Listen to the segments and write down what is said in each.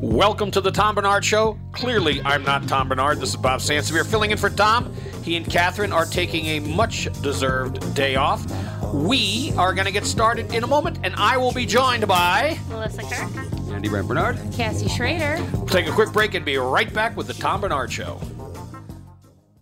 Welcome to the Tom Bernard Show. Clearly, I'm not Tom Bernard. This is Bob Sansevier filling in for Tom. He and Catherine are taking a much deserved day off. We are going to get started in a moment, and I will be joined by. Melissa Kirk, Andy Brent Bernard. Cassie Schrader. We'll take a quick break and be right back with the Tom Bernard Show.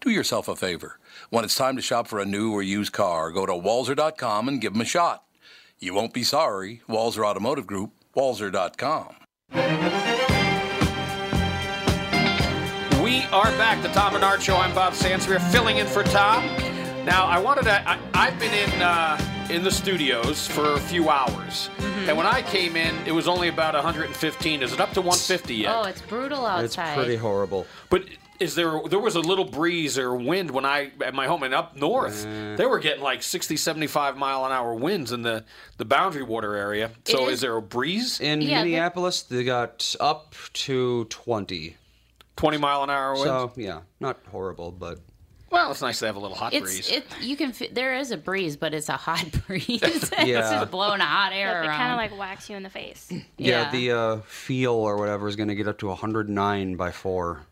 Do yourself a favor. When it's time to shop for a new or used car, go to walzer.com and give them a shot. You won't be sorry. Walzer Automotive Group, walzer.com. We are back, the Tom Bernard Show. I'm Bob Sansevier, filling in for Tom. Now, I wanted to. I, I've been in uh, in the studios for a few hours, Mm-hmm. and when I came in, it was only about 115. Is it up to 150 yet? Oh, it's brutal It's outside. pretty horrible. But is there? There was a little breeze or wind when I at my home and up north, Mm. they were getting like 60, 75 mile an hour winds in the the boundary water area. So is- is there a breeze? In Yeah, but- Minneapolis, they got up to 20. 20 mile an hour winds. So, yeah, not horrible, but well, it's nice to have a little hot breeze. It's it. You can. F- there is a breeze, but it's a hot breeze. it's Yeah. just blowing hot air But they around. kind of like wax you in the face. yeah, Yeah. the uh, feel or whatever is going to get up to 109 by 4.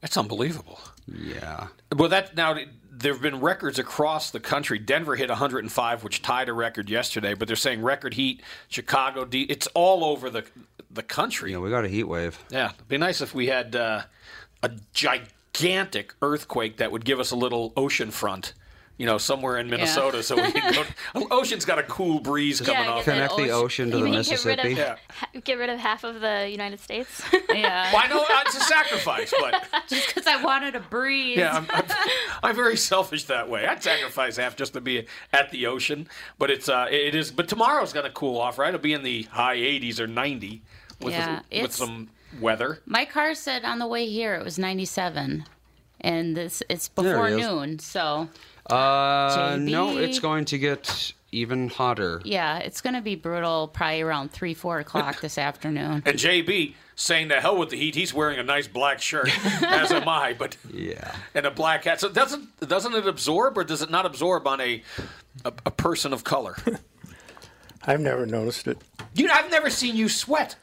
That's unbelievable. Yeah. Well, that now there have been records across the country. Denver hit 105, which tied a record yesterday. But they're saying record heat. Chicago, D, it's all over the the country. Yeah, we got a heat wave. Yeah, it'd be nice if we had uh, a gigantic earthquake that would give us a little ocean front. You know, somewhere in Minnesota, so we could go. Ocean's got a cool breeze coming I off. guess it. Connect the ocean to You the mean get rid of Mississippi. Yeah. ha- get rid of half of the United States. yeah, Well, I know uh, it's a sacrifice, but just because I wanted a breeze. Yeah, I'm, I'm, I'm very selfish that way. I'd sacrifice half just to be at the ocean, but it's uh, it is. But tomorrow's gonna cool off, right? It'll be in the high 80s or 90. with, Yeah, with it's- some weather. My car said on the way here it was 97, and this it's it before is. noon. So Uh, no, JB. it's going to get even hotter. yeah, it's going to be brutal. Probably around three, four o'clock this afternoon. And JB saying to hell with the heat. He's wearing a nice black shirt, as am I, but Yeah. and a black hat. So doesn't doesn't it absorb or does it not absorb on a a, a person of color? I've never noticed it. you, I've never seen you sweat.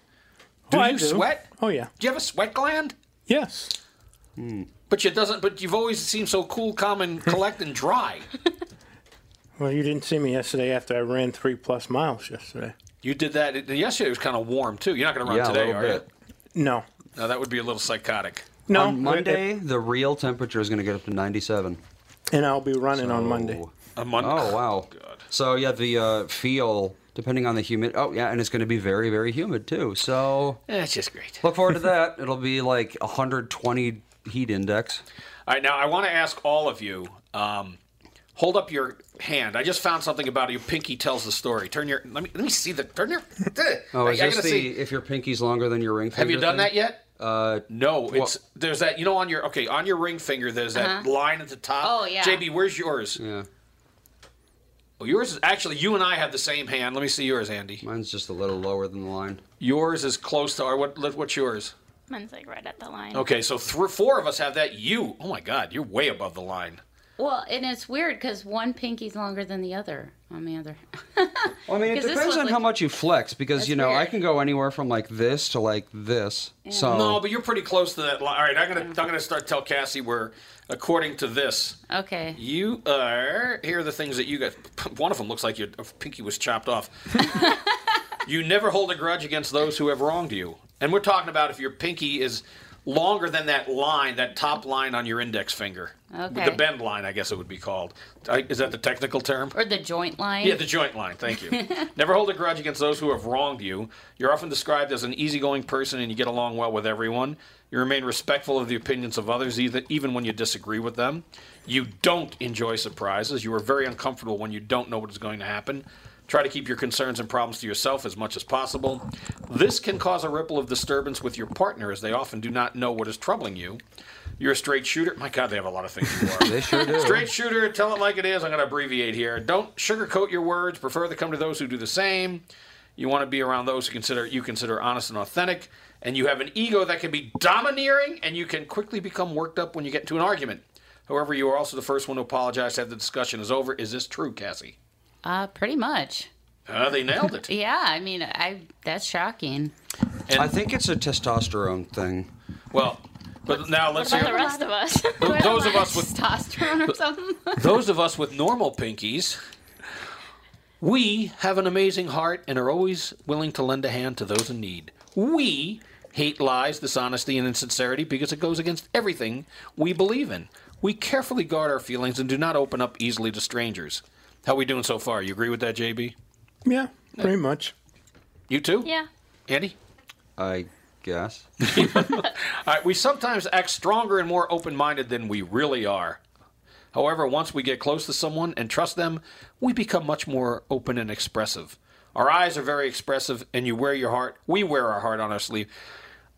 Do Oh, I you sweat? Oh yeah. Do you have a sweat gland? Yes. But you doesn't. But you've always seemed so cool, calm, and collect and dry. Well, you didn't see me yesterday after I ran three plus miles yesterday. You did that it- yesterday. It was kind of warm too. You're not going to run Yeah, a today, little are bit. No. you? No, that would be a little psychotic. No. On Monday, the real temperature is going to get up to 97. And I'll be running on Monday. Oh. A month. Oh wow! So yeah, the uh, feel depending on the humid. Oh yeah, and it's going to be very very humid too. So That's just great. look forward to that. It'll be like 120 heat index. All right, now I want to ask all of you. Um, hold up your hand. I just found something about you. Pinky tells the story. Turn your. Let me let me see the. Turn your. Oh, is I, I this gotta the see. if your pinky's longer than your ring finger? Have you done that thing? yet? Uh, No, it's there's that you know on your okay on your ring finger there's that line at the top. Oh, yeah. JB, where's yours? yeah, Well, yours is actually you and I have the same hand. Let me see yours, Andy. mine's just a little lower than the line. Yours is close to our what? let- What's yours? Mine's like right at the line. Okay, so th- four of us have that. You, oh my God, you're way above the line. well, and it's weird because one pinky's longer than the other on the other. Well, I mean, it 'Cause this depends was, on like- how much you flex because you know I weird. can go anywhere from like this to like this. So No, but you're pretty close to that line. All right, I'm gonna I'm gonna start tell Cassie where, according to this, okay. you are. Here are the things that you got. One of them looks like your uh, pinky was chopped off. you never hold a grudge against those who have wronged you, and we're talking about if your pinky is longer than that line, that top line on your index finger, Okay. the bend line, I guess it would be called. I- Is that the technical term? Or the joint line. Yeah, the joint line. Thank you. Never hold a grudge against those who have wronged you. You're often described as an easygoing person and you get along well with everyone. You remain respectful of the opinions of others, either, even when you disagree with them. You don't enjoy surprises. You are very uncomfortable when you don't know what is going to happen. Try to keep your concerns and problems to yourself as much as possible. This can cause a ripple of disturbance with your partner, as they often do not know what is troubling you. You're a straight shooter. My God, they have a lot of things you are. they sure do. Straight shooter, tell it like it is. I'm going to abbreviate here. Don't sugarcoat your words. Prefer to come to those who do the same. You want to be around those who consider you consider honest and authentic. And you have an ego that can be domineering, and you can quickly become worked up when you get into an argument. However, you are also the first one to apologize after the discussion is over. Is this true, Cassie? Uh, pretty much. Uh, they nailed it. Yeah, I mean, I that's shocking. I think it's a testosterone thing. Well, but now let's But the hear rest of us. those of us with Testosterone or something. Those of us with normal pinkies, we have an amazing heart and are always willing to lend a hand to those in need. We hate lies, dishonesty, and insincerity because it goes against everything we believe in. We carefully guard our feelings and do not open up easily to strangers. How we doing so far? You agree with that, JB? Yeah, pretty much. You too? Yeah. Andy? I guess. All right, we sometimes act stronger and more open minded than we really are. However, once we get close to someone and trust them, we become much more open and expressive. Our eyes are very expressive, and you wear your heart. We wear our heart on our sleeve.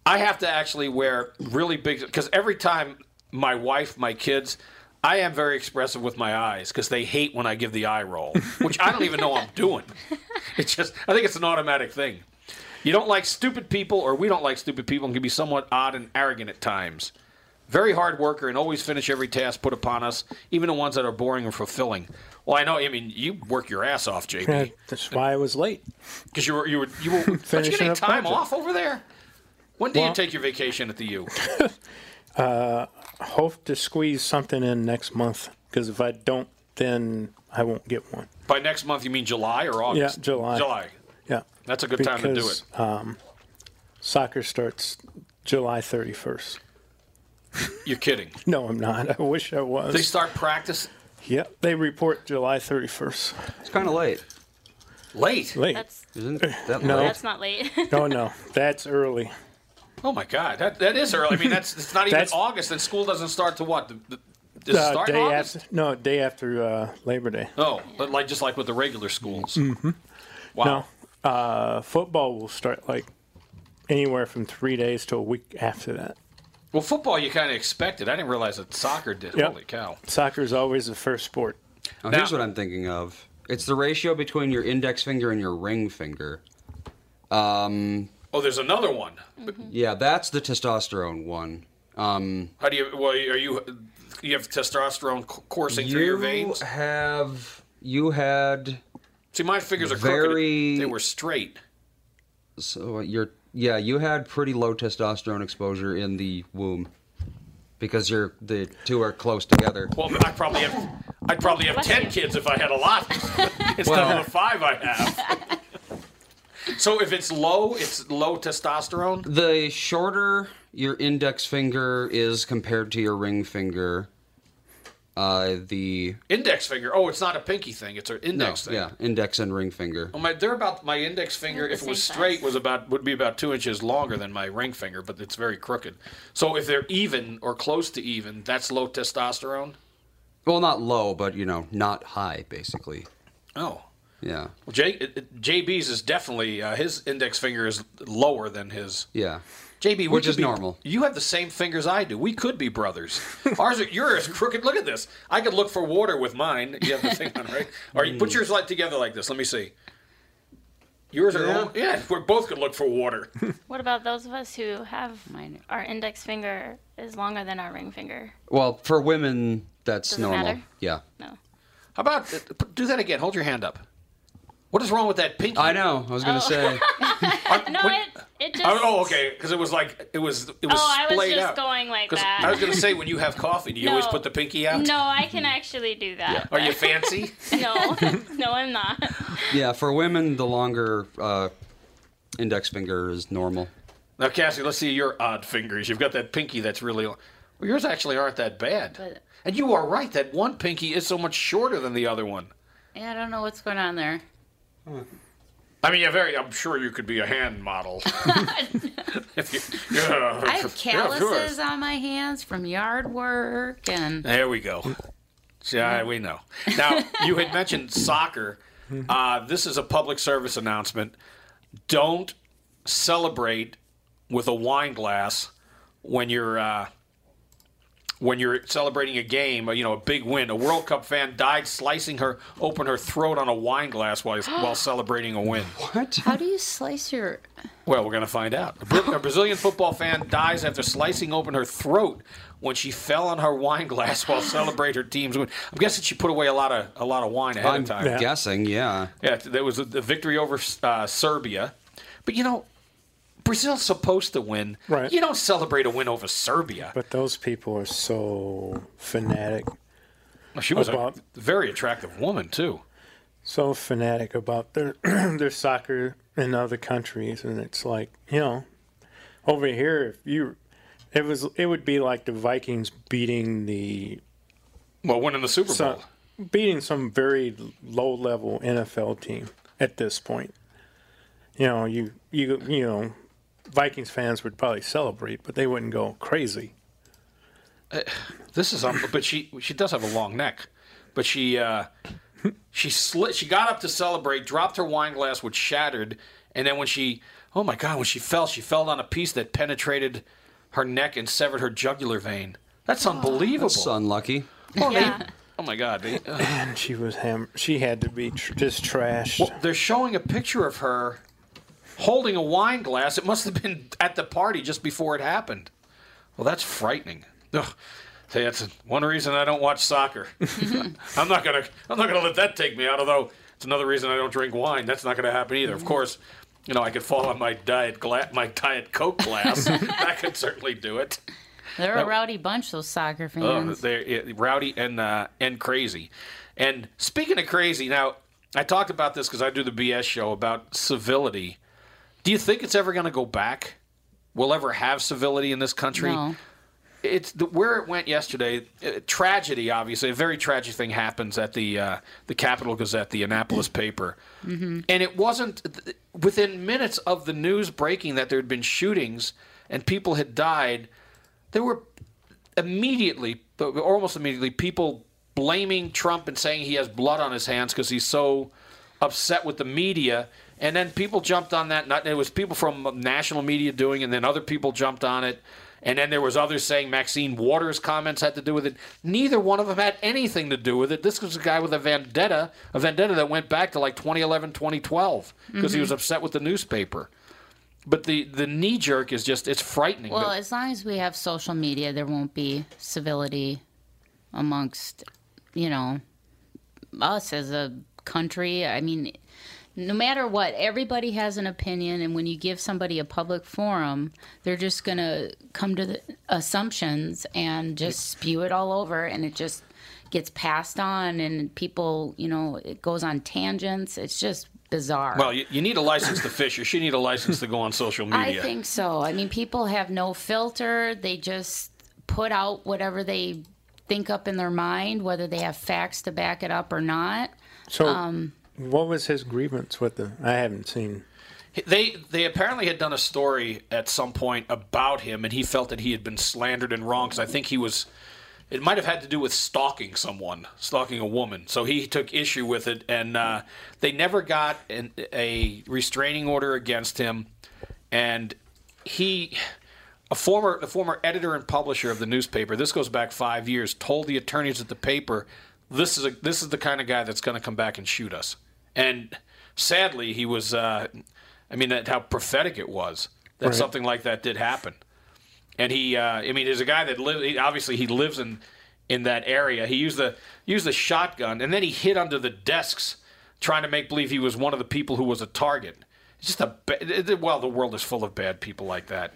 I have to actually wear really big, because every time my wife, my kids, I am very expressive with my eyes because they hate when I give the eye roll, which I don't even know I'm doing. It's just, I think it's an automatic thing. You don't like stupid people, or we don't like stupid people, and can be somewhat odd and arrogant at times. Very hard worker and always finish every task put upon us, even the ones that are boring or fulfilling. Well, I know. I mean, you work your ass off, Yeah, JB, that's why I was late. because you were you were you were. But you Finishing get any up time project. off over there? When do you Well- take your vacation at the U? Hope to squeeze something in next month because if I don't, then I won't get one. By next month, you mean July or August? Yeah, July. July. Yeah. That's a good time to do it. Um, soccer starts July 31st. You're kidding. No, I'm not. I wish I was. They start practice Yep, they report July 31st. It's kind of late, late. Late. That's isn't that No. late? that's not late. No, no, that's early. Oh my God, that that is early. I mean, that's it's not even That's- August, and school doesn't start to what? The, the, does it Uh, start in day August? after, no, day after uh, Labor Day. Oh, but like just like with Mm-hmm. the regular schools. Wow. No, uh, football will start like anywhere from three days to a week after that. Well, football you kind of expected. I didn't realize that soccer did. Yep. Holy cow! Soccer is always the first sport. Now, here's what I'm thinking of. It's the ratio between your index finger and your ring finger. Um, Oh, there's another one. yeah, that's the testosterone one. Um, How do you? Well, are you? You have testosterone c- coursing through your you veins. have you had See, my fingers are very- crooked. They were straight. so your yeah you had pretty low testosterone exposure in the womb because you're the two are close together. Well, I probably have. I'd probably have ten kids if I had a lot instead Well- of the five I have. so if it's low, it's low testosterone. The shorter your index finger is compared to your ring finger, uh, the Index finger. Oh, it's not a pinky thing. It's an index no, thing. yeah, index and ring finger. Well, my they're about my index finger. the If it was same straight, size. was about would be about two inches longer than my ring finger, but it's very crooked. So if they're even or close to even, that's low testosterone. Well, not low, but you know, not high, basically. Oh, Yeah, well, J, it- it- JB's is definitely uh, his index finger is lower than his. yeah. JB, we Which could is be- normal. You have the same fingers I do. We could be brothers. Ours, are, yours crooked. Look at this. I could look for water with mine. You have the thing on, right? Or you Mm. put yours like together like this. Let me see. Yours are yeah. yeah. We're both could look for water. What about those of us who have Mine- our index finger is longer than our ring finger? Well, for women, that's Doesn't normal. matter? Yeah, No. How about uh, p- do that again? Hold your hand up. What is wrong with that pinky? I know. I was Oh. gonna say. No, it, it just. I- oh, okay. Because it was like it was it was Oh, I was splayed just out. going like 'Cause that. I was gonna say when you have coffee, do you always No. put the pinky out? No, I can actually do that. Are you fancy? No, no, I'm not. yeah, for women, the longer uh, index finger is normal. now, Cassie, let's see your odd fingers. You've got that pinky that's really. Well, yours actually aren't that bad. But- and you are right. That one pinky is so much shorter than the other one. Yeah, I don't know what's going on there. I mean, you're very. I'm sure you could be a hand model. if you, yeah, I yeah, of have course. calluses on my hands from yard work and There we go. Yeah, we know. Now, you had mentioned soccer. Uh, this is a public service announcement. Don't celebrate with a wine glass when you're uh, when you're celebrating a game. uh, You know, a big win. A World Cup fan died slicing her open her throat on a wine glass while while celebrating a win. What? how do you slice your Well, we're going to find out. A, Bra- a Brazilian football fan dies after slicing open her throat when she fell on her wine glass while celebrating her team's win. I'm guessing she put away a lot of a lot of wine ahead Um, I'm of time. Yeah, Oh, guessing. Yeah. there was a, the victory over uh, Serbia, but you know, Brazil's supposed to win. Right. You don't celebrate a win over Serbia. But those people are so fanatic, She was a about- very attractive woman too. so fanatic about their their soccer in other countries, and it's like you know, over here if you, it was it would be like the Vikings beating the Well, winning the Super Bowl. so, beating some very low level NFL team at this point. You know, you you you know, Vikings fans would probably celebrate, but they wouldn't go crazy. This is, um, but she she does have a long neck, but she uh, she slit. She got up to celebrate, dropped her wine glass, which shattered, and then when she, oh my god, when she fell, she fell on a piece that penetrated her neck and severed her jugular vein. That's unbelievable. That's unlucky. Yeah. oh my god, they- uh, And she was ham. She had to be tr- just trashed. they're showing a picture of her holding a wine glass. It must have been at the party just before it happened. Well, that's frightening. Ugh. Say, that's one reason I don't watch soccer. I'm not gonna I'm not gonna let that take me out. Although it's another reason I don't drink wine. That's not gonna happen either. Of course, you know I could fall on my diet gla- my diet coke glass. that could certainly do it. They're a rowdy bunch, those soccer Oh, fans. they're yeah, rowdy and uh, and crazy. And speaking of crazy, now I talked about this because I do the BS show about civility. Do you think it's ever going to go back? We'll ever have civility in this country? no. It's the, where it went yesterday. Uh, tragedy, obviously, a very tragic thing happens at the uh, the Capital Gazette, the Annapolis paper, and it wasn't th- within minutes of the news breaking that there had been shootings and people had died. There were immediately, or almost immediately, people blaming Trump and saying he has blood on his hands because he's so upset with the media. And then people jumped on that. Not, it was people from national media doing, and then other people jumped on it. And then there was others saying Maxine Waters' comments had to do with it. Neither one of them had anything to do with it. This was a guy with a vendetta, a vendetta that went back to like 2011, 2012, because he Mhm. was upset with the newspaper. But the, the knee jerk is just, it's frightening. Well, as long as we have social media, there won't be civility amongst, you know, us as a country. I mean, no matter what, everybody has an opinion, and when you give somebody a public forum, they're just going to come to the assumptions and just spew it all over, and it just gets passed on, and people, you know, it goes on tangents. It's just bizarre. Well, you, you need a license to fish, or she need a license to go on social media. I think so. I mean, people have no filter. They just put out whatever they think up in their mind, whether they have facts to back it up or not. So, Um, what was his grievance with the? I haven't seen. They they apparently had done a story at some point about him, and he felt that he had been slandered and wrong because I think he was. It might have had to do with stalking someone, stalking a woman. So he took issue with it, and uh, they never got an, a restraining order against him. And he, a former a former editor and publisher of the newspaper, this goes back five years, told the attorneys at the paper, "This is a, this is the kind of guy that's going to come back and shoot us." And sadly, he was. Uh, I mean, that how prophetic it was that Right. something like that did happen. And he, uh, I mean, there's a guy that lives. Obviously, he lives in in that area. He used the used the shotgun, and then he hid under the desks, trying to make believe he was one of the people who was a target. It's just a ba- it- it- well, the world is full of bad people like that.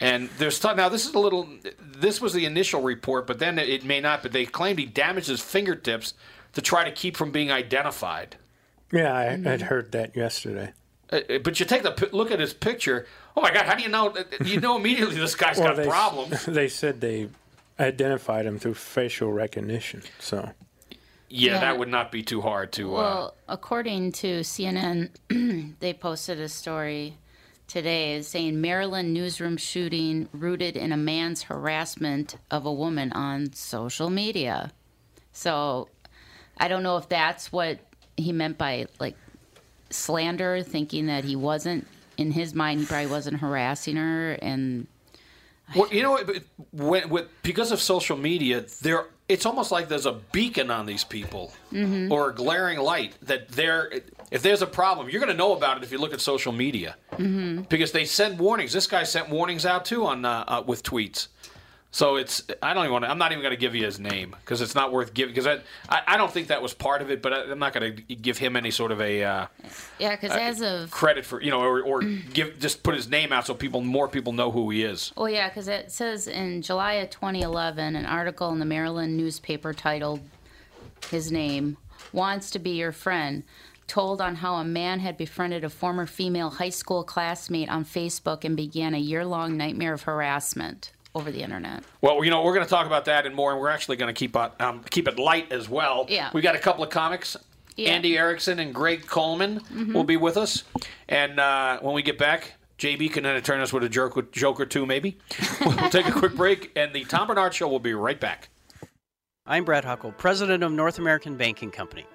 And there's t- now this is a little. This was the initial report, but then it, it may not. But they claimed he damaged his fingertips to try to keep from being identified. Yeah, I, I'd heard that yesterday. Uh, uh, but you take the pi- look at his picture. Oh my God! How do you know? uh, You know immediately this guy's Well, got they s- problems. They said they identified him through facial recognition. So Yeah, Yeah. that would not be too hard to. uh, Well, according to CNN, they posted a story today saying Maryland newsroom shooting rooted in a man's harassment of a woman on social media. So I don't know if that's what he meant by like slander, thinking that he wasn't, in his mind, he probably wasn't harassing her. And well, you know, what, but when, with, because of social media, there it's almost like there's a beacon on these people Mhm. or a glaring light that they're. If there's a problem, you're going to know about it if you look at social media. Mm-hmm. because they send warnings. This guy sent warnings out too on uh, uh, with tweets. So it's I don't even want to, I'm not even going to give you his name because it's not worth giving because I, I I don't think that was part of it, but I, I'm not going to give him any sort of a uh, yeah, because uh, as of credit for you know or, or give just put his name out so people more people know who he is. Well, yeah, because it says in July of 2011, an article in the Maryland newspaper titled His Name Wants to Be Your Friend told on how a man had befriended a former female high school classmate on Facebook and began a year long nightmare of harassment over the internet. Well, you know we're going to talk about that and more, and we're actually going to keep on, um, keep it light as well. Yeah. we got a couple of comics. Yeah. Andy Erickson and Greg Coleman Mhm. will be with us, and uh, when we get back, JB can entertain us with a joke, joke or two, maybe. we'll take a quick break, and the Tom Bernard Show will be right back. I'm Brad Huckle, president of North American Banking Company.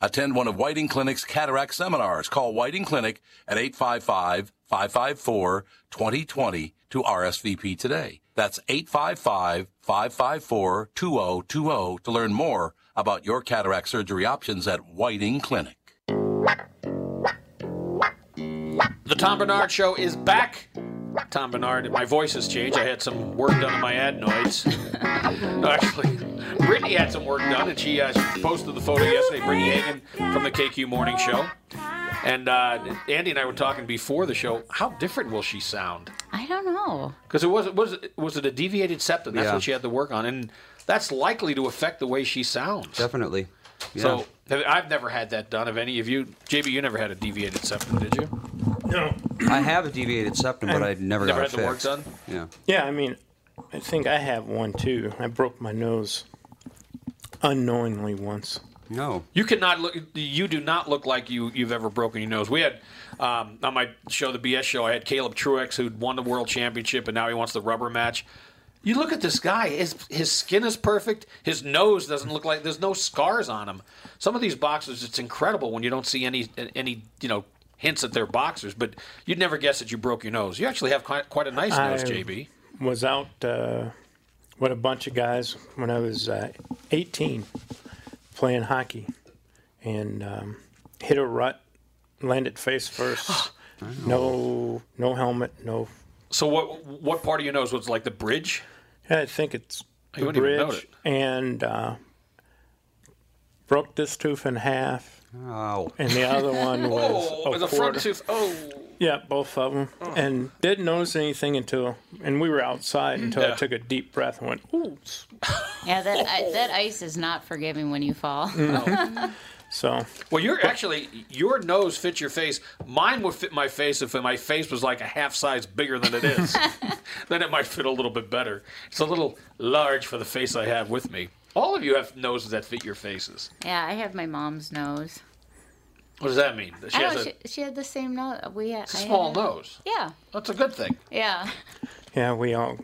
Attend one of Whiting Clinic's cataract seminars. Call Whiting Clinic at 855-554-2020 to RSVP today. That's 855-554-2020 to learn more about your cataract surgery options at Whiting Clinic. The Tom Bernard Show is back. Tom Bernard, my voice has changed. I had some work done on my adenoids. no, actually, Brittany had some work done, and she, uh, she posted the photo yesterday. Brittany Hagan from the KQ Morning Show. And uh, Andy and I were talking before the show. How different will she sound? I don't know. Because it was it was was it a deviated septum? That's Yeah. what she had to work on, and that's likely to affect the way she sounds. Definitely. Yeah. So have- I've never had that done. Have any of you? JB, you never had a deviated septum, did you? No. I have a deviated septum, but I Never never, got had it the work fixed. done? Yeah. Yeah, I mean, I think I have one too. I broke my nose unknowingly once. No. You cannot look. You do not look like you you've ever broken your nose. We had um, on my show, the BS show, I had Caleb Truex who'd won the world championship and now he wants the rubber match. You look at this guy. His his skin is perfect. His nose doesn't look like there's no scars on him. Some of these boxers, it's incredible when you don't see any any you know hints that they're boxers. But you'd never guess that you broke your nose. You actually have quite, quite a nice nose, I- JB. Was out uh, with a bunch of guys when I was uh, 18 playing hockey and um, hit a rut, landed face first. no, no helmet, no. So what what part of your nose was like the bridge? I think it's I the wouldn't even know bridge and uh, broke this tooth in half, Oh. and the other one was Oh, a the quarter. front tooth. Oh, Yeah, both of them. And didn't notice anything until, and we were outside until I Mm. Yeah. took a deep breath and went, oops. Yeah, that I, that ice is not forgiving when you fall. So, Well, you're actually your nose fits your face. Mine would fit my face if my face was like a half size bigger than it is. then it might fit a little bit better. It's a little large for the face I have with me. All of you have noses that fit your faces. yeah, I have my mom's nose. What does that mean? She I has know a she, she had the same nose. We had, I uh, small had- nose. Yeah, That's a good thing. yeah. yeah, we all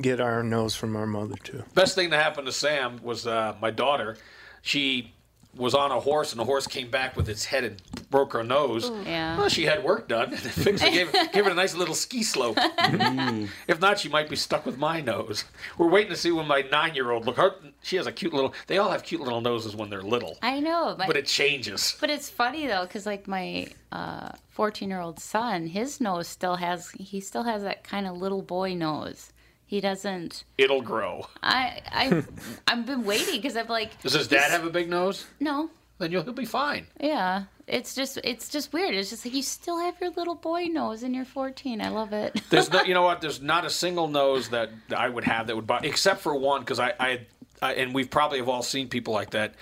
get our nose from our mother, too. Best thing that happened to Sam was uh, my daughter. She was on a horse, and the horse came back with its head and broke her nose. Yeah. Well, she had work done. And the fixer gave, gave her a nice little ski slope. if not, she might be stuck with my nose. We're waiting to see when my nine-year-old look. Her, she has a cute little. They all have cute little noses when they're little, I know, but but it changes. But it's funny though, because like my uh, fourteen-year-old son, his nose still has he still has that kind of little boy nose. He doesn't. It'll grow. I I I've been waiting because I'm like Does his dad have a big nose? no, Then you'll, he'll be fine. yeah. It's just it's just weird. It's just like you still have your little boy nose and you're fourteen. I love it. There's no, you know what? There's not a single nose that I would have that would bother, except for one, because I, I, I, and we've probably have all seen people like that.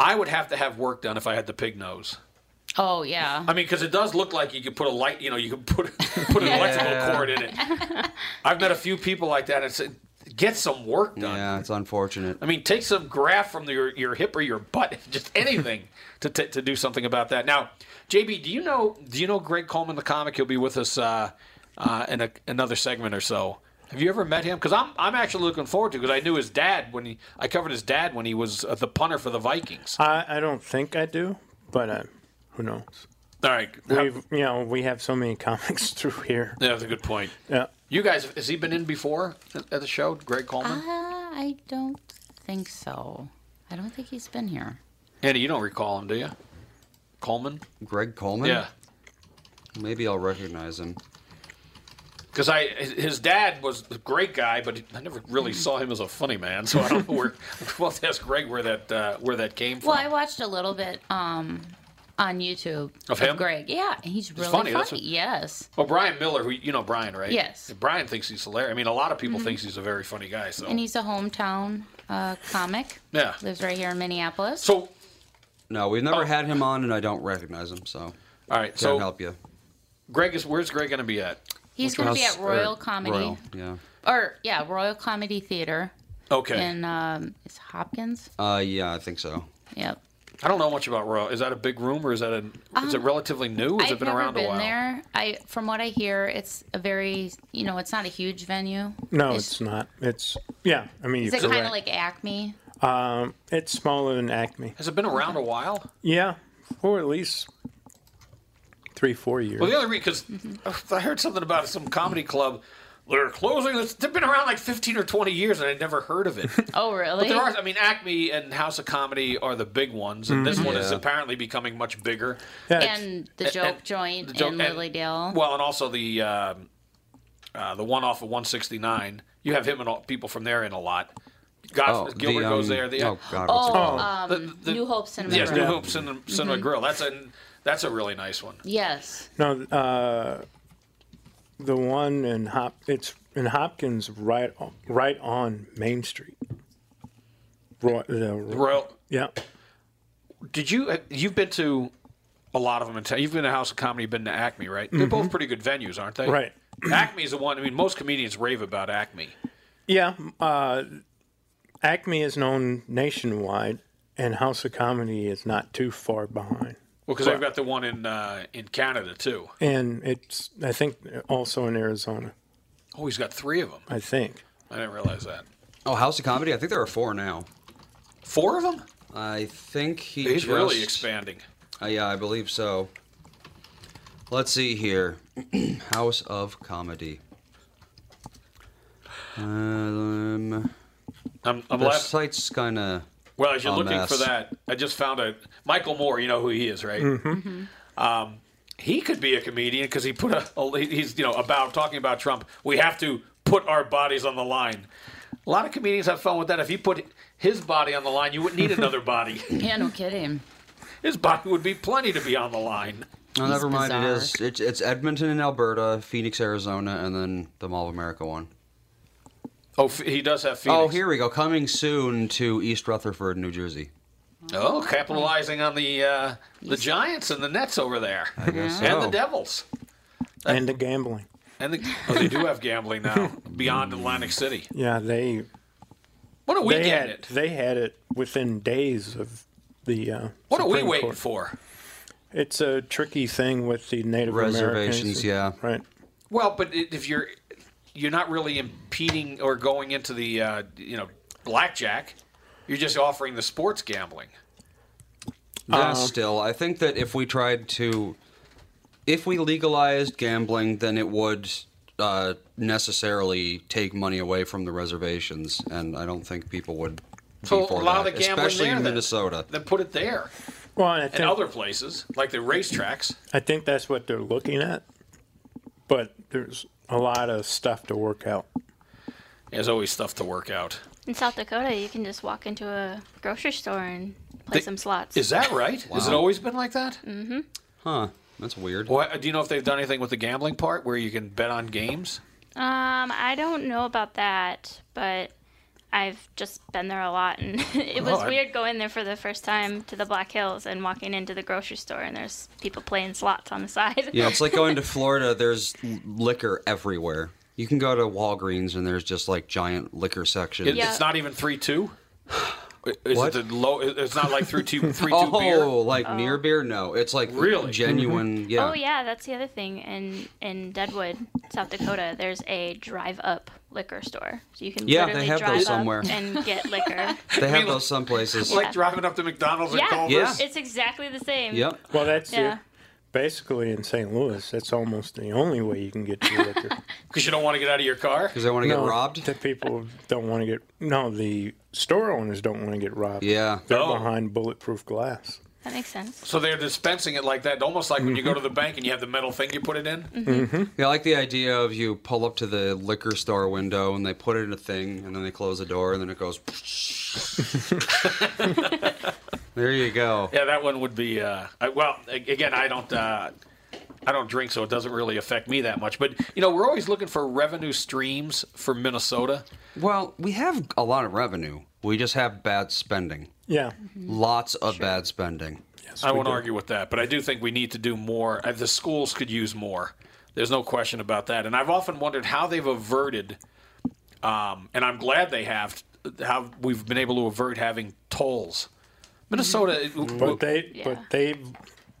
I would have to have work done if I had the pig nose. Oh yeah. I mean, because it does look like you could put a light, you know, you could put put an electrical cord in it. I've met a few people like that. and said, get some work done. Yeah, it's unfortunate. I mean, take some graft from your, your hip or your butt, just anything to, t- to do something about that. Now, JB, do you know do you know Greg Coleman, the comic? He'll be with us uh, uh, in a, another segment or so. Have you ever met him? Because I'm I'm actually looking forward to because I knew his dad when he I covered his dad when he was uh, the punter for the Vikings. I, I don't think I do, but uh, who knows? All right, We've, you know, we have so many comics through here. Yeah, that's a good point. Yeah. You guys, has he been in before at at the show, Greg Coleman? Ah, I don't think so. I don't think he's been here. Andy, you don't recall him, do you? Coleman? Greg Coleman? Yeah. Maybe I'll recognize him. Because I, his dad was a great guy, but I never really Hmm. saw him as a funny man. So I don't know where. We'll have to ask Greg where that uh, where that came from. Well, I watched a little bit um, on YouTube Of him? Greg. Yeah, he's really funny, funny. that's what- Yes. well, Brian Miller, who you know Brian, right? Yes. Mm-hmm. Brian thinks he's hilarious. I mean, a lot of people thinks he's a very funny guy. So And he's a hometown uh, comic. Yeah. Lives right here in Minneapolis. so No, we've never had him on, and I don't recognize him, so all right. can't Oh. So help you. Greg is where's Greg going to be at? he's going to be at House- or Royal Comedy. er, Royal, yeah. Or, yeah, Royal Comedy Theater Okay. Oh. in um, it's Hopkins. Uh, yeah, I think so. Yep. I don't know much about Royal. Is that a big room or is that a? is it relatively new? Has Um, I've it been never around been a while? there. I, from what I hear, it's a very, you know, it's not a huge venue. No, it's not. It's, yeah, I mean, you Is it could- kind of like Acme? Um, it's smaller than Acme. Has it been around a while? Yeah, for at least three, four years. Well, the other because I heard something about it, some comedy club. They're closing. It's they've been around like 15 or 20 years, and I'd never heard of it. Oh, really? But there are, I mean, Acme and House of Comedy are the big ones, and this Mm-hmm. Mhm. one is Yeah. apparently becoming much bigger. and the and- joke and joint the joke- in and- Lilydale. Well, and also the um, uh, the one off of 169. You have him and all, people from there in a lot. Godfrey the, Gilbert goes um, there. The, oh, God, oh, um, New Hope Cinema. yes, Grill. New Hope Cinema, Cinema Mhm. Grill. That's a that's a really nice one. Yes. No, uh, the one in Hop it's in Hopkins, right on, right on Main Street. Roy, the, Royal. Yeah. Did you uh, you've been to a lot of them in town? You've been to House of Comedy, you've been to Acme, right? They're both pretty good venues, aren't they? Right. Acme's the one. I mean, most comedians rave about Acme. Yeah, uh, Acme is known nationwide, and House of Comedy is not too far behind. Well, because they've got the one in uh, in Canada too. And it's, I think, also in Arizona. Oh, he's got three of them. I think. I didn't realize that. Oh, House of Comedy. I think there are four now. Four of them? I think he. He's really just- expanding. Uh, yeah, I believe so. Let's see here. House of Comedy. Um, I'm, I'm the laugh- site's kind of. Well, as you're looking for that, I just found a Michael Moore. You know who he is, right? Mm-hmm. Mhm. Um, he could be a comedian because he put a, a- he's you know about talking about Trump. We have to put our bodies on the line. A lot of comedians have fun with that. If he put his body on the line, you wouldn't need another body. Yeah, no kidding. His body would be plenty to be on the line. No, never mind. It is. It's, it's Edmonton and Alberta, Phoenix, Arizona, and then the Mall of America one. Oh, f- he does have Phoenix. Oh, here we go. Coming soon to East Rutherford, New Jersey. Oh, capitalizing on the uh, the Giants and the Nets over there, I guess and the so. Devils, And the gambling. and the, oh, they do have gambling now beyond Atlantic City. Yeah, they. What are we they getting had, it? They had it within days of the. Uh, What are we Supreme waiting Court. for? It's a tricky thing with the Native Reservations, Americans. yeah. Right. Well, but i- if you're you're not really impeding or going into the uh, you know blackjack, you're just offering the sports gambling. Yeah, Uh, still, I think that if we tried to, if we legalized gambling, then it would uh, necessarily take money away from the reservations, and I don't think people would. be So for allow that, the gambling especially there in then. Minnesota. Then put it there. Well, and I and think other places like the racetracks. I think that's what they're looking at, but there's a lot of stuff to work out. There's always stuff to work out. In South Dakota, you can just walk into a grocery store and play They- some slots. Is that right? Has it Wow. always been like that? Mm-hmm. Huh? That's weird. What, do you know if they've done anything with the gambling part where you can bet on games? Um, I don't know about that, but I've just been there a lot, and it was Well, I- weird going there for the first time to the Black Hills and walking into the grocery store, and there's people playing slots on the side. Yeah, it's like going to Florida. There's l- liquor everywhere. You can go to Walgreens and there's just like giant liquor sections. It- It's not even three two. Is What? it the low? It's not like three two three two oh, beer. like near beer? No, it's like Really? Mm-hmm. genuine. Yeah. Oh yeah, that's the other thing. In in Deadwood, South Dakota, there's a drive-up liquor store, so you can Yeah, literally they have drive those up somewhere. and get liquor. They have those some places. Like driving up to McDonald's and yeah, Culver's. it's exactly the same. Well, that's the- Yeah. basically in St. Louis. That's almost the only way you can get your liquor. Because you don't want to get out of your car. Because they want to No, get robbed. The people don't want to get. No, the store owners don't want to get robbed. Yeah. They're Oh. behind bulletproof glass. That makes sense. So they're dispensing it like that, almost like when you go Mm-hmm. to the bank and you have the metal thing you put it in. Mm-hmm. Yeah, I like the idea of you pull up to the liquor store window and they put it in a thing and then they close the door and then it goes. there you go. Yeah, that one would be. Uh, I- well, a- again, I don't. Uh, I don't drink, so it doesn't really affect me that much. But you know, we're always looking for revenue streams for Minnesota. Well, we have a lot of revenue. We just have bad spending. Yeah. Mm-hmm. Mm-hmm. Lots of bad spending. I won't argue with that, but I do think we need to do more. Uh, The schools could use more. There's no question about that. And I've often wondered how they've averted, um, and I'm glad they have, how we've been able to avert having tolls. Minnesota. it- But they, but they,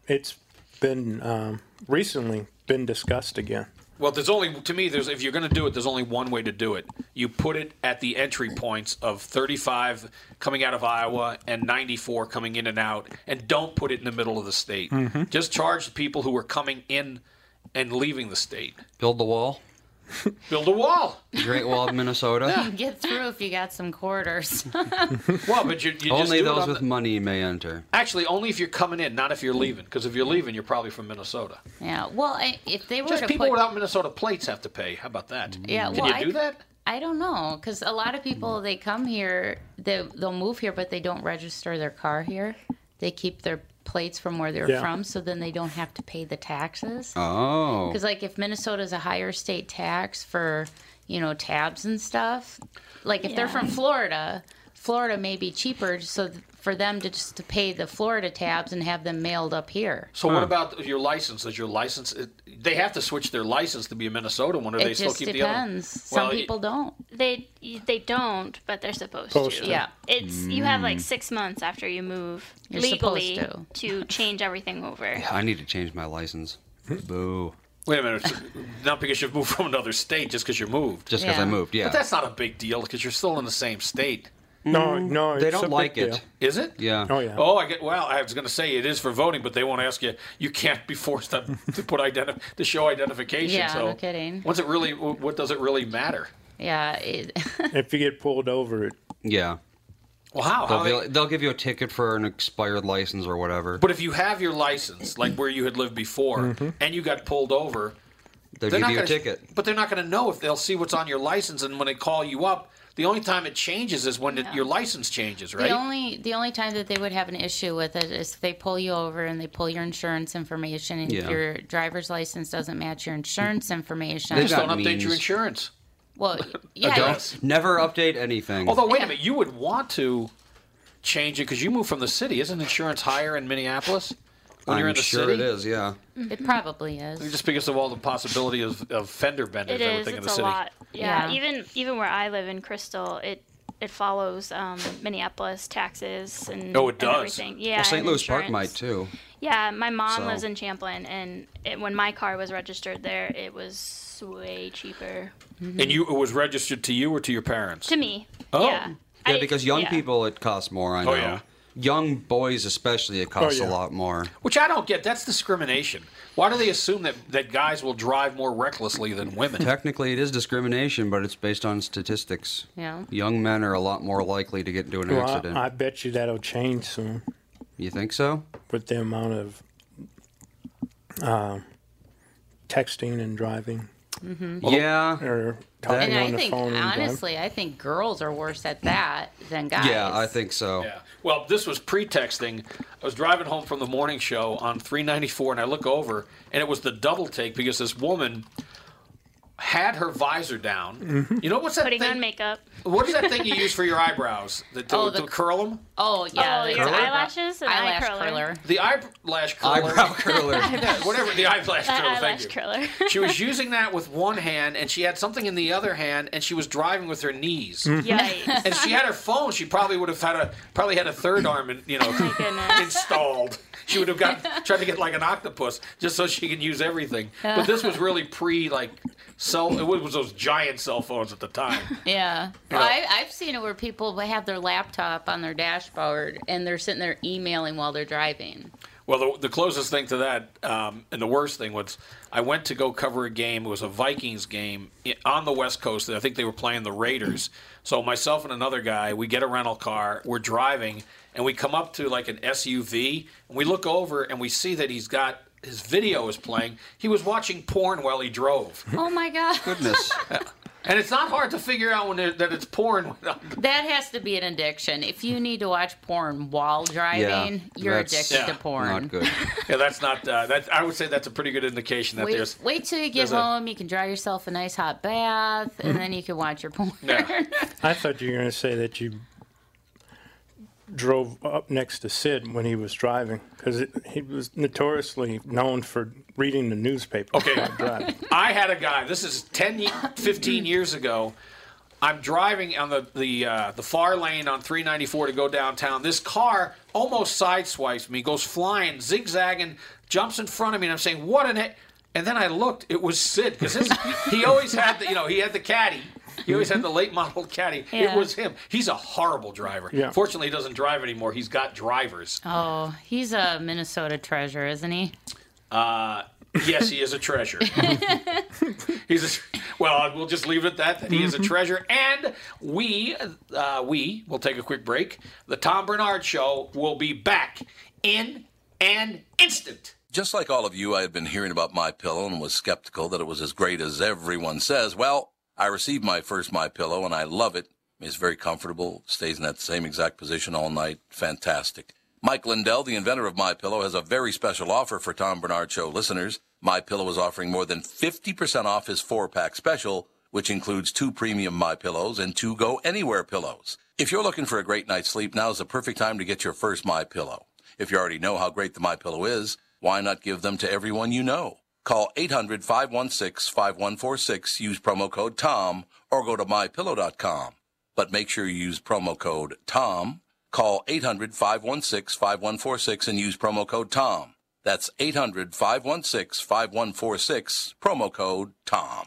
it's been um, recently been discussed again. Well, there's only to me. There's if you're going to do it, there's only one way to do it. You put it at the entry points of 35 coming out of Iowa and 94 coming in and out, and don't put it in the middle of the state. Mm-hmm. Just charge the people who are coming in and leaving the state. Build the wall. Build a wall. Great Wall of Minnesota. You get through if you got some quarters. Well, but you, you just Only do it those on with the- money may enter. actually only if you're coming in, not if you're leaving. Because if you're leaving, you're probably from Minnesota. yeah. Well, I, if they were Just to people put, without Minnesota plates have to pay. How about that? Mm. Yeah, Can well, you do I- that? I don't know, because a lot of Mm. people they come here, they they'll move here, but they don't register their car here. They keep their plates from where they're Yeah. from, so then they don't have to pay the taxes. Oh. Because like if Minnesota's a higher state tax for you know tabs and stuff, like if they're from Florida, Florida may be cheaper, so th- for them to just to pay the Florida tabs and have them mailed up here. So what about your license? Is your license? It, they have to switch their license to be a Minnesota one, or they It still just keep depends. the other. Some Well, people don't. They they don't, but they're supposed Supposed to. to. Yeah. It's you have like six months after you move You're legally supposed to change everything over. I need to change my license. Hmm? Boo. Wait a minute. Not because you've moved from another state, just because you moved. Just because Yeah. I moved, yeah. But that's not a big deal because you're still in the same state, No, no, it's they a don't big like it. deal. is it? Yeah. Oh yeah. Oh, I get. Well, I was going to say it is for voting, but they won't ask you. You can't be forced to, to put identi- to show identification. Yeah, so no kidding. What's it really? What does it really matter? Yeah. It, If you get pulled over, it Yeah. Well, how? They'll, how be, they- like- they'll give you a ticket for an expired license or whatever. but if you have your license, like where you had lived before, and you got pulled over, They'll They're Mm-hmm. give not you a gonna, ticket. But they're not going to know if they'll see what's on your license. And when they call you up, the only time it changes is when it, your license changes, right? The only the only time that they would have an issue with it is if they pull you over and they pull your insurance information, and if Yeah. your driver's license doesn't match your insurance information. They just don't got update means. your insurance. well, yeah, Don't never update anything. Although, wait a minute, you would want to change it because you moved from the city. Isn't insurance higher in Minneapolis when I'm you're in the sure city? it is, yeah. it probably is. Just because of all the possibility of, of fender benders, It I would is. think, in It's the a city. lot. Yeah. Yeah. Even even where I live in Crystal, it it follows um, Minneapolis taxes and Oh, it and does. everything. Yeah. Well, St. and Louis Park insurance. might too. Yeah, my mom So- lives in Champlain, and it, when my car was registered there, it was way cheaper And you it was registered to you or to your parents? to me. Oh. yeah, Yeah, I- because young yeah. people it costs more. I know. Oh, yeah. Young boys especially, it costs yeah. a lot more. Which I don't get. That's discrimination. Why do they assume that, that guys will drive more recklessly than women? Technically, it is discrimination, but it's based on statistics. Yeah. Young men are a lot more likely to get into an well, accident. I, I bet you that'll change soon You think so? with the amount of uh, texting and driving Mm-hmm. yeah. or talking And on I the think phone. and driving. honestly, I think girls are worse at that than guys. Yeah, I think so. Yeah. Well, this was pretexting. I was driving home from the morning show on 394, and I look over, and it was the double take because this woman had her visor down. You know what's that putting thing? on makeup. What is that thing you use for your eyebrows that to, Oh, to the- curl them? Oh yeah, Oh, that's your eyebrow- eyelashes and eye eyelash curler. The eyelash curler. Eyebrow curler. Yeah, whatever the eyelash curler. thank eyelash you. curler. She was using that with one hand, and she had something in the other hand, and she was driving with her knees. Yikes! And if she had her phone, she probably would have had a probably had a third arm, in, you know, goodness. installed. She would have got tried to get like an octopus just so she could use everything. But this was really pre like cell. It was those giant cell phones at the time. Yeah. Well, I, I've seen it where people have their laptop on their dashboard and they're sitting there emailing while they're driving. Well, the, the closest thing to that, um, and the worst thing was, I went to go cover a game. It was a Vikings game i- on the West Coast. I think they were playing the Raiders. So myself and another guy, we get a rental car. We're driving, and we come up to like an SUV, and we look over, and we see that he's got his video is playing. He was watching porn while he drove, Oh my god. Goodness. and it's not hard to figure out when it, that it's porn. That has to be an addiction. If you need to watch porn while driving, Yeah, you're that's addicted to Yeah, porn. Not good. yeah, that's not. Uh, that I would say that's a pretty good indication that Wait, there's. wait till you get there's a- home. You can dry yourself a nice hot bath, Mm-hmm. and then you can watch your porn. Yeah. I thought you were going to say that you drove up next to Sid when he was driving because he was notoriously known for reading the newspaper. Okay. while driving. I had a guy. This is 10, ye- 15 years ago. I'm driving on the the uh, the far lane on 394 to go downtown. This car almost sideswipes me, goes flying, zigzagging, jumps in front of me, and I'm saying, "What an!" A-? And then I looked; it was Sid because he always had the you know he had the caddy. He always had the late model caddy. Yeah. It was him. He's a horrible driver. Yeah. Fortunately, he doesn't drive anymore. He's got drivers. Oh, he's a Minnesota treasure, isn't he? Uh, yes, he is a treasure. He's a, well. We'll just leave it at that. That he is a treasure, and we uh, we will take a quick break. The Tom Bernard Show will be back in an instant. Just like all of you, I had been hearing about My Pillow and was skeptical that it was as great as everyone says. Well, I received my first My Pillow and I love it. It's very comfortable, stays in that same exact position all night. Fantastic. Mike Lindell, the inventor of My Pillow, has a very special offer for Tom Bernard Show listeners. My Pillow is offering more than 50% off his four-pack special, which includes two premium My Pillows and two Go Anywhere pillows. If you're looking for a great night's sleep, now's the perfect time to get your first My Pillow. If you already know how great the My Pillow is, why not give them to everyone you know? Call 800 516 5146, use promo code TOM, or go to mypillow.com. But make sure you use promo code TOM. Call 800 516 5146 and use promo code TOM. That's 800 516 5146, promo code TOM.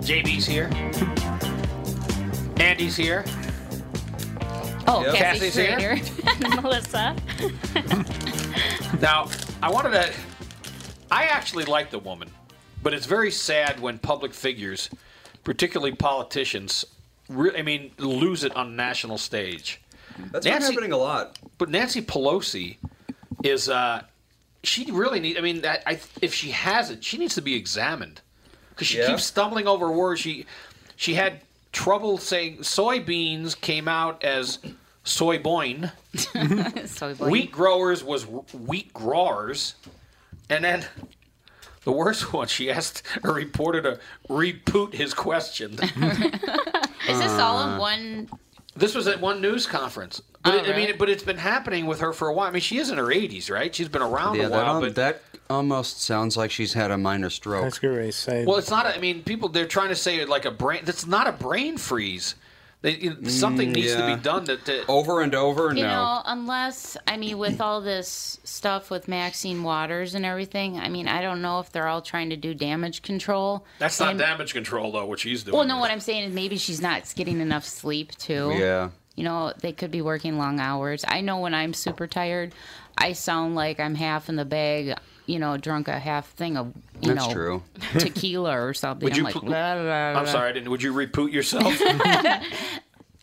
JB's here. Andy's here. Oh, Yep. Kathy Kathy's here. Schrader. Melissa. Now, I wanted to. I actually like the woman, but it's very sad when public figures, particularly politicians, re- I mean, lose it on national stage. That's been Nancy- happening a lot. But Nancy Pelosi is. Uh, she really needs. I mean, I, I, if she has it, she needs to be examined because she Yeah. keeps stumbling over words. She she had trouble saying soybeans came out as soyboin. Soy boy. Wheat growers was w- wheat growers, and then the worst one she asked a reporter to repoot his question. Is this all Uh, in one? this was at one news conference. But Oh, it, I mean, really? but it's been happening with her for a while. I mean, she is in her 80s, right? She's been around Yeah, a that, while. al- but that almost sounds like she's had a minor stroke. That's good way to say. well, it's not. A, I mean, people they're trying to say like a brain. That's not a brain freeze. They, you- something needs to Mm, yeah. Oh. be done to. to Over and over, You no. know, unless I mean, with all this stuff with Maxine Waters and everything, I mean, I don't know if they're all trying to do damage control. that's not And- damage control though, what she's doing. Well, no, what I'm saying is maybe she's not getting enough sleep too. Yeah. You know, they could be working long hours. I know when I'm super tired, I sound like I'm half in the bag. You know, drunk a half thing of you That's know true. tequila or something. Would I'm you like, pl- "La, la, la, la." I'm sorry, I didn't. Would you repoot yourself?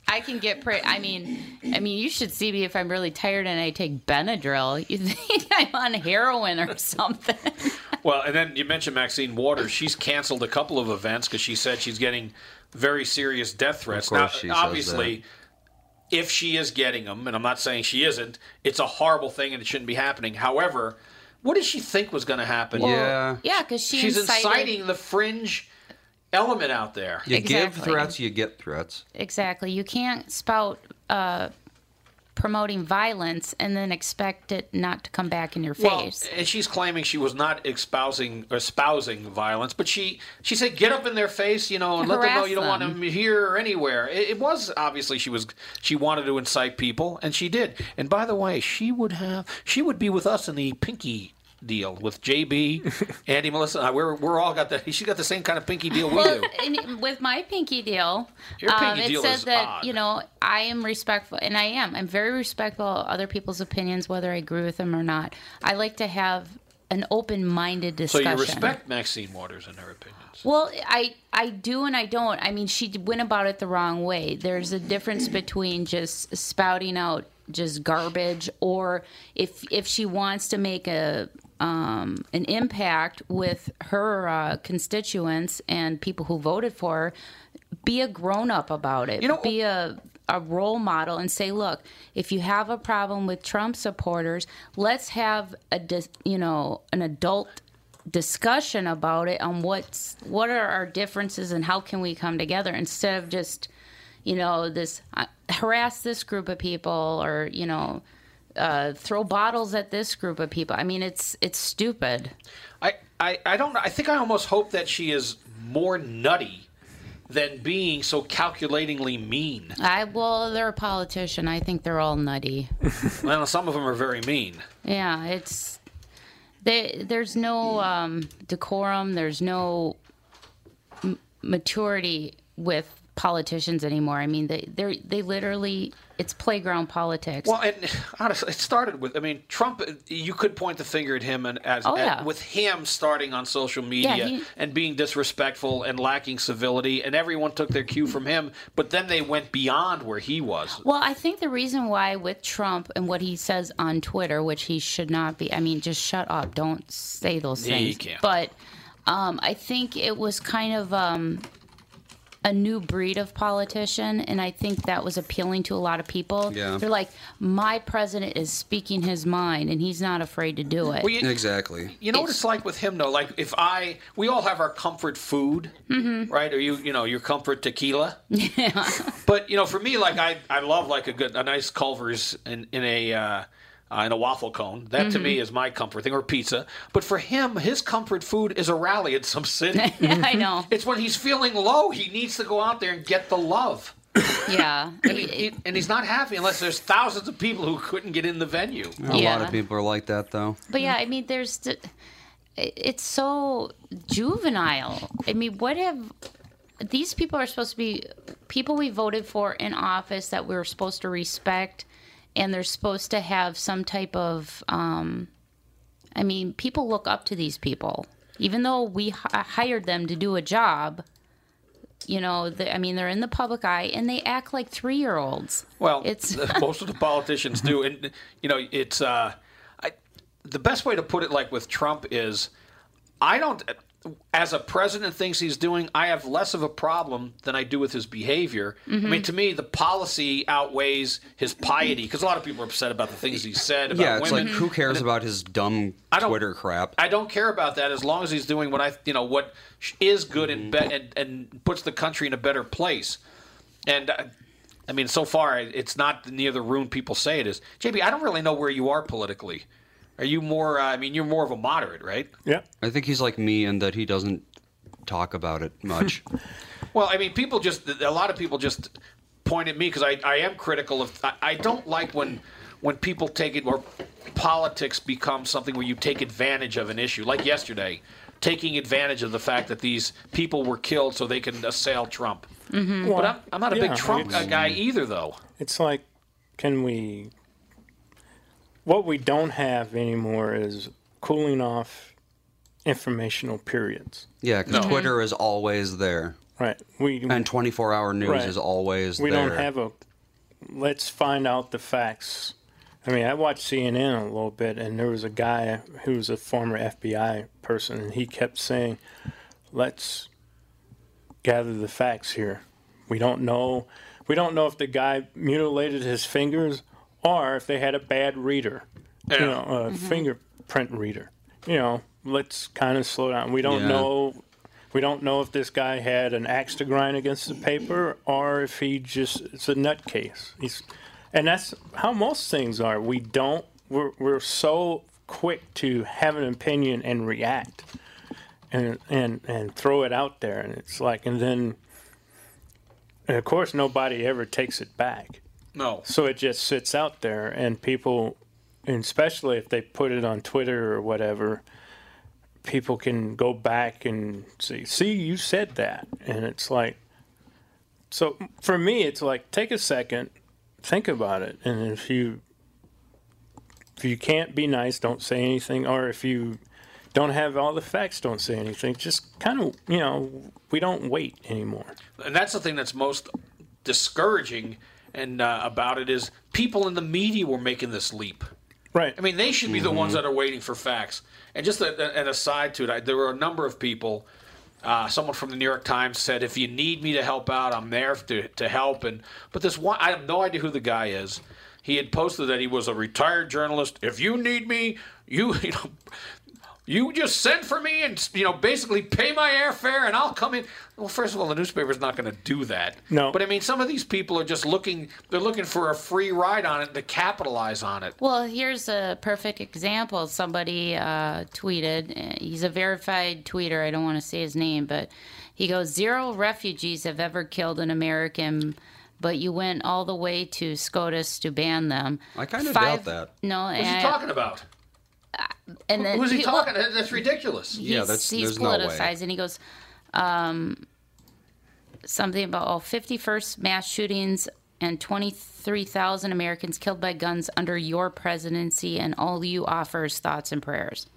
I can get pretty. I mean, I mean, you should see me if I'm really tired and I take Benadryl. You think I'm on heroin or something? Well, and then you mentioned Maxine Waters. She's canceled a couple of events because she said she's getting very serious death threats. course Now, she says obviously, if she is getting them, and I'm not saying she isn't, it's a horrible thing and it shouldn't be happening. However, what did she think was going to happen? yeah. yeah, because she She's incited- inciting the fringe element out there. You give Exactly. threats, you get threats. Exactly. You can't spout uh, promoting violence and then expect it not to come back in your Well, face. and she's claiming she was not espousing espousing violence, but she she said get up in their face, you know, and let them know Harass you don't want them. them here or anywhere. It, it was obviously she was she wanted to incite people, and she did. And by the way, she would have she would be with us in the pinky deal with JB, Andy, Melissa. and I. We're we're all got the. She's got the same kind of pinky deal we Well, do. in, with my pinky deal, Your pinky um, it deal said is that odd. you know I am respectful, and I am. I'm very respectful of other people's opinions, whether I agree with them or not. I like to have an open-minded So discussion. you respect Maxine Waters and her opinions. Well, I I do and I don't. I mean, she went about it the wrong way. There's a difference between just spouting out just garbage, or if if she wants to make a um, an impact with her uh, constituents and people who voted for her, be a grown up about it. You know, be a a role model and say, look, if you have a problem with Trump supporters, let's have a dis- you know an adult discussion about it on what's what are our differences and how can we come together instead of just you know this uh, harass this group of people or you know uh, throw bottles at this group of people. I mean, it's it's stupid. I, I, I don't know. I think I almost hope that she is more nutty than being so calculatingly mean. I well, they're a politician. I think they're all nutty. well, some of them are very mean. Yeah, it's they, there's no um, decorum. There's no m- maturity with politicians anymore. I mean, they they they literally it's playground politics. Well, and honestly, it started with. I mean, Trump. You could point the finger at him, and as Oh, at- yeah. with him starting on social media Yeah, he- and being disrespectful and lacking civility, and everyone took their cue from him. But then they went beyond where he was. Well, I think the reason why with Trump and what he says on Twitter, which he should not be, I mean, just shut up. Don't say those Yeah, you things. can't. But um, I think it was kind of um, a new breed of politician. And I think that was appealing to a lot of people. Yeah. They're like, my president is speaking his mind and he's not afraid to do it. Well, you, Exactly. you know what it's like with him though. Like if I, we all have our comfort food, right? Or you, you know, your comfort tequila. Yeah. But you know, for me, like I, I love like a good, a nice Culver's in in a. Uh, uh, in a waffle cone, that to me is my comfort thing, or pizza. But for him, his comfort food is a rally at some city. I know. it's when he's feeling low, he needs to go out there and get the love, Yeah. and, he, he- and he's not happy unless there's thousands of people who couldn't get in the venue. A lot Yeah. of people are like that, though. But yeah, I mean, there's, th- it- it's so juvenile. I mean, what have these people are supposed to be people we voted for in office that we were supposed to respect, and they're supposed to have some type of. Um, I mean, people look up to these people, even though we h- uh, hired them to do a job. You know, the, I mean, they're in the public eye and they act like three year olds. Well, It's- most of the politicians do, and you know, it's uh, I, the best way to put it. Like with Trump is, I don't, as a president thinks he's doing, I have less of a problem than I do with his behavior. I mean, to me, the policy outweighs his piety because a lot of people are upset about the things he said about Yeah, it's women. like who cares about his dumb don't- Twitter crap? I don't care about that as long as he's doing what I, you know, what sh- is good and be- and, and puts the country in a better place. And uh, I mean, so far it's not near the room people say it is. JB, I don't really know where you are politically. Are you more? Uh, I mean, you're more of a moderate, right? Yep. I think he's like me in that he doesn't talk about it much. Well, I mean, people just a lot of people just point at me because I, I am critical of I, I don't like when when people take it or politics becomes something where you take advantage of an issue like yesterday taking advantage of the fact that these people were killed so they can assail Trump. But I'm, I'm not a Yeah, big Trump it's- guy either though. It's like, can we? What we don't have anymore is cooling off informational periods. yeah, because Twitter is always there, Right. We and 24-hour news Right. is always we there. don't have a. Let's find out the facts. I mean, I watched CNN a little bit, and there was a guy who was a former FBI person, and he kept saying, "Let's gather the facts here. We don't know. We don't know if the guy mutilated his fingers or if they had a bad reader, you know, a fingerprint reader. You know, let's kind of slow down. We don't Yeah. know. We don't know if this guy had an axe to grind against the paper or if he just it's a nutcase. He's, and that's how most things are. We don't. We're we're so quick to have an opinion and react and and and throw it out there and it's like and then and of course nobody ever takes it back No. so it just sits out there and people and especially if they put it on Twitter or whatever, people can go back and see, see, you said that. And it's like, so for me, it's like, take a second, think about it. And if you, if you can't be nice, don't say anything. Or if you don't have all the facts, don't say anything. Just kind of, you know, we don't wait anymore. and that's the thing that's most discouraging and uh, about it is people in the media were making this leap. Right. I mean, they should be the ones that are waiting for facts. And just a, a- an aside to it, I, there were a number of people. Uh, someone from the New York Times said, "If you need me to help out, I'm there to, to help." And but this one, I have no idea who the guy is. He had posted that he was a retired journalist. If you need me, you you know, you just send for me and you know basically pay my airfare and I'll come in. Well, first of all, the newspaper's not going to do that. No. But I mean, some of these people are just looking. They're looking for a free ride on it to capitalize on it. Well, here's a perfect example. Somebody uh, tweeted, he's a verified tweeter. I don't want to say his name, but he goes, Zero refugees have ever killed an American, but you went all the way to SCOTUS to ban them. I kind of Five- doubt that. No, Who's he and- talking about? And then Who's he well, talking? That's ridiculous. Yeah, he's- that's- he's there's no way. politicized, and he goes um, something about oh, 51st mass shootings and 23,000 Americans killed by guns under your presidency, and all you offers thoughts and prayers.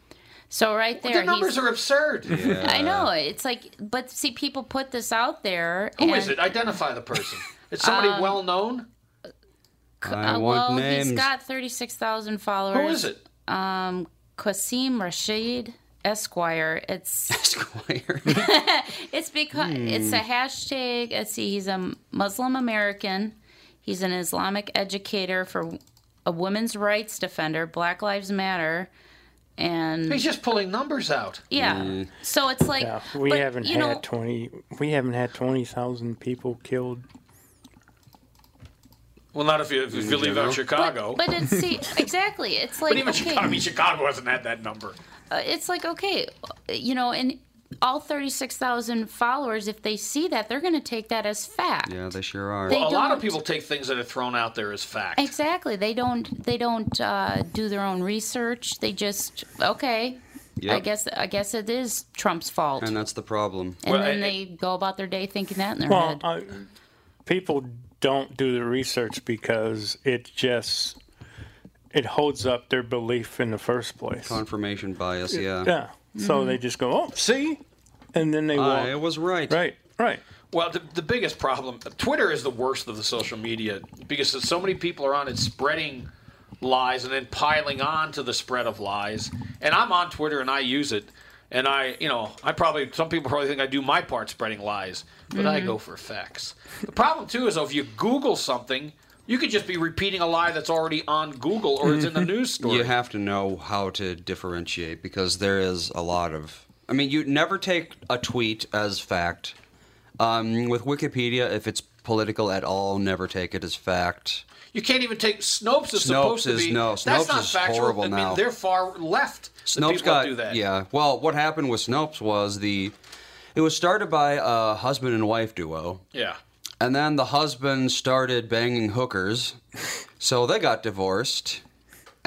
So right there, The numbers he's- are absurd. Who I know it's like, but see, people put this out there. is and, it? Identify the person. It's somebody Um, well known. I uh, want well, names. he's got 36,000 followers. Who is it? Qasim Rashid Esquire. It's Squire. It's because Hmm. it's a hashtag. Let's see, he's a Muslim American. He's an Islamic educator for a women's rights defender, Black Lives Matter, and He's just pulling numbers out. yeah. So it's like Yeah, we but, haven't you had know, twenty. We haven't had twenty thousand people killed. Well, not if you, if you leave out Chicago. But it's see exactly. It's like But even okay, Chicago, I mean, Chicago hasn't had that number. uh, it's like okay, you know, and all thirty six thousand followers, if they see that, they're going to take that as fact. yeah, they sure are. They a lot of don't- people take things that are thrown out there as fact. Exactly. They don't. They don't uh, do their own research. They just okay. I Yep. guess. I guess it is Trump's fault. and And, that's the problem. uh, Well, then I- they go about their day thinking that in their Well, uh, head. I, people don't do the research because it just it holds up their belief in the first place. Confirmation bias, yeah. Yeah. So they just go, oh, see, and then they I walk. was right. Right. Right. Well, the, the biggest problem, Twitter is the worst of the social media because so many people are on it spreading lies and then piling on to the spread of lies. And I'm on Twitter and I use it. And I, you know, I probably, some people probably think I do my part spreading lies, but Mm-hmm. I go for facts. The problem, too, is though, if you Google something, you could just be repeating a lie that's already on Google or is in the news story. Mm-hmm. You have to know how to differentiate because there is a lot of. I mean, you never take a tweet as fact. Um, with Wikipedia, if it's political at all, never take it as fact. You can't even take Snopes is Snopes supposed to is- be. no, that's Snopes not is factual. horrible I mean, now. they're far left. The Snopes people got that do that. yeah. Well, what happened with Snopes was the it was started by a husband and wife duo, yeah. and then the husband started banging hookers, so they got divorced,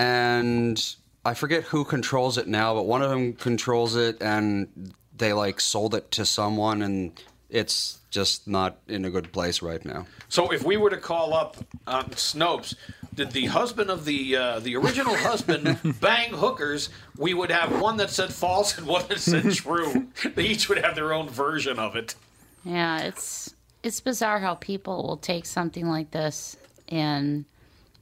and I forget who controls it now, but one of them controls it, and they like sold it to someone, and it's just not in a good place right now. So if we were to call up um, Snopes, did the husband of the uh, the original husband bang hookers? We would have one that said false and one that said true. they each would have their own version of it. yeah, it's it's bizarre how people will take something like this and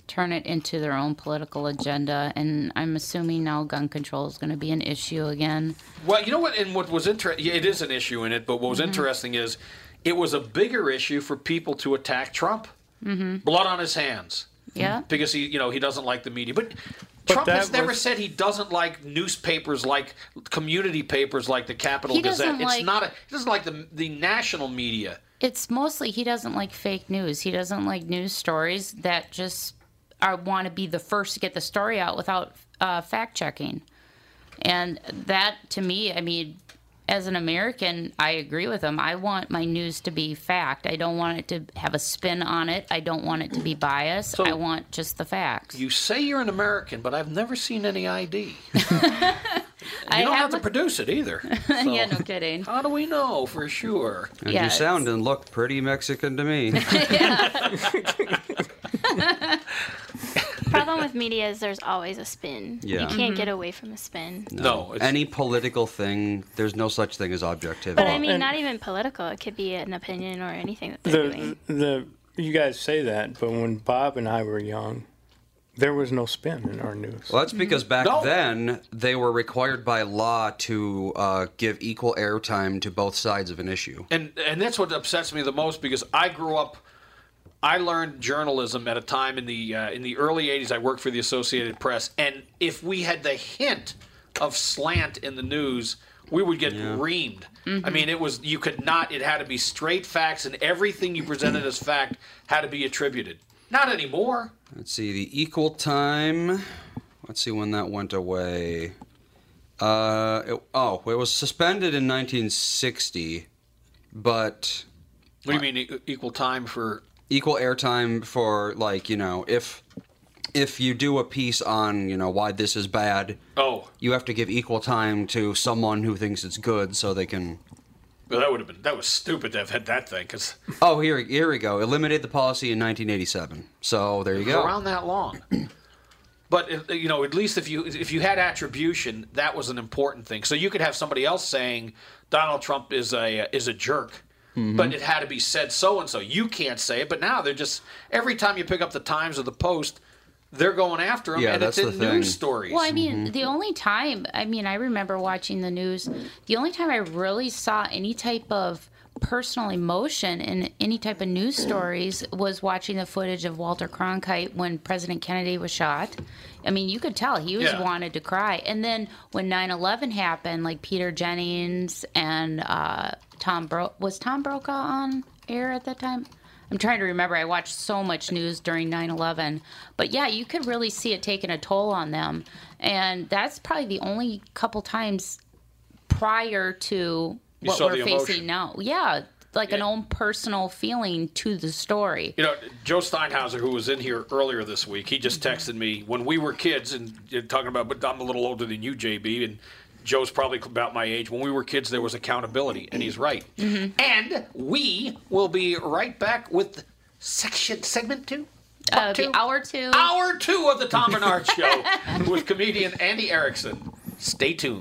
turn it into their own political agenda. And I'm assuming now gun control is going to be an issue again. Well, you know what? And what was interesting, yeah, it is an issue in it, but what was Mm-hmm. interesting is it was a bigger issue for people to attack Trump. Blood on his hands. Mm-hmm. Yeah. Because he, you know, he doesn't like the media. But, But Trump that has never was- said he doesn't like newspapers, like community papers, like the Capital He doesn't Gazette. It's like- not a. He doesn't like the the national media. It's mostly he doesn't like fake news. He doesn't like news stories that just are want to be the first to get the story out without uh, fact checking. And that to me, I mean, as an American, I agree with him. I want my news to be fact. I don't want it to have a spin on it. I don't want it to be biased. I want just the facts. You say you're an American, but I've never seen any ID. I You don't have have, to produce it either. So yeah, no kidding. How do we know for sure? And Yeah, you it's- sound and look pretty Mexican to me. Problem with media is there's always a spin. You Yeah. can't get away from a spin. No, it's- Any political thing, there's no such thing as objectivity. But I mean, and- not even political. It could be an opinion or anything that they're the doing. the you guys say that, but when Bob and I were young, there was no spin in our news. Well, that's because back No. then they were required by law to uh, give equal airtime to both sides of an issue. and and that's what upsets me the most because I grew up. I learned journalism at a time in the uh, in the early '80s. I worked for the Associated Press, and if we had the hint of slant in the news, we would get reamed. I mean, it was you could not. It had to be straight facts, and everything you presented as fact had to be attributed. Not anymore. Let's see, the equal time. Let's see when that went away. Uh, it, oh, it was suspended in 1960, but What do you mean e- equal time for? equal airtime for like you know if if you do a piece on you know why this is bad, Oh, you have to give equal time to someone who thinks it's good so they can well, that would have been that was stupid to have had that thing because Oh, here, here we go. Eliminated the policy in 1987. So there you go. around that long. But if- you know, at least if you if you had attribution, that was an important thing. So you could have somebody else saying Donald Trump is a uh, is a jerk, Mm-hmm. but it had to be said so and so. You can't say it, but now they're just every time you pick up the Times or the Post, they're going after him, Yeah, and it's that's in the news thing. stories. Well, I mean, the only time, I mean, I remember watching the news, the only time I really saw any type of personal emotion in any type of news stories was watching the footage of Walter Cronkite when President Kennedy was shot. I mean, you could tell he was Yeah. wanted to cry. And then when 9/11 happened, like Peter Jennings and uh, Tom Bro was Tom Brokaw on air at that time. I'm trying to remember. I watched so much news during 9 11. But yeah, you could really see it taking a toll on them. And that's probably the only couple times prior to what saw we're the facing emotion. now. Yeah, like an own personal feeling to the story. You know, Joe Steinhauser, who was in here earlier this week, he just Mm-hmm. texted me when we were kids, and you're talking about, but I'm a little older than you, JB, and Joe's probably about my age. When we were kids, there was accountability, and he's right. Mm-hmm. And we will be right back with section segment two. Uh, the two. hour two. Hour two of the Tom Bernard Show with comedian Andy Erickson. Stay tuned.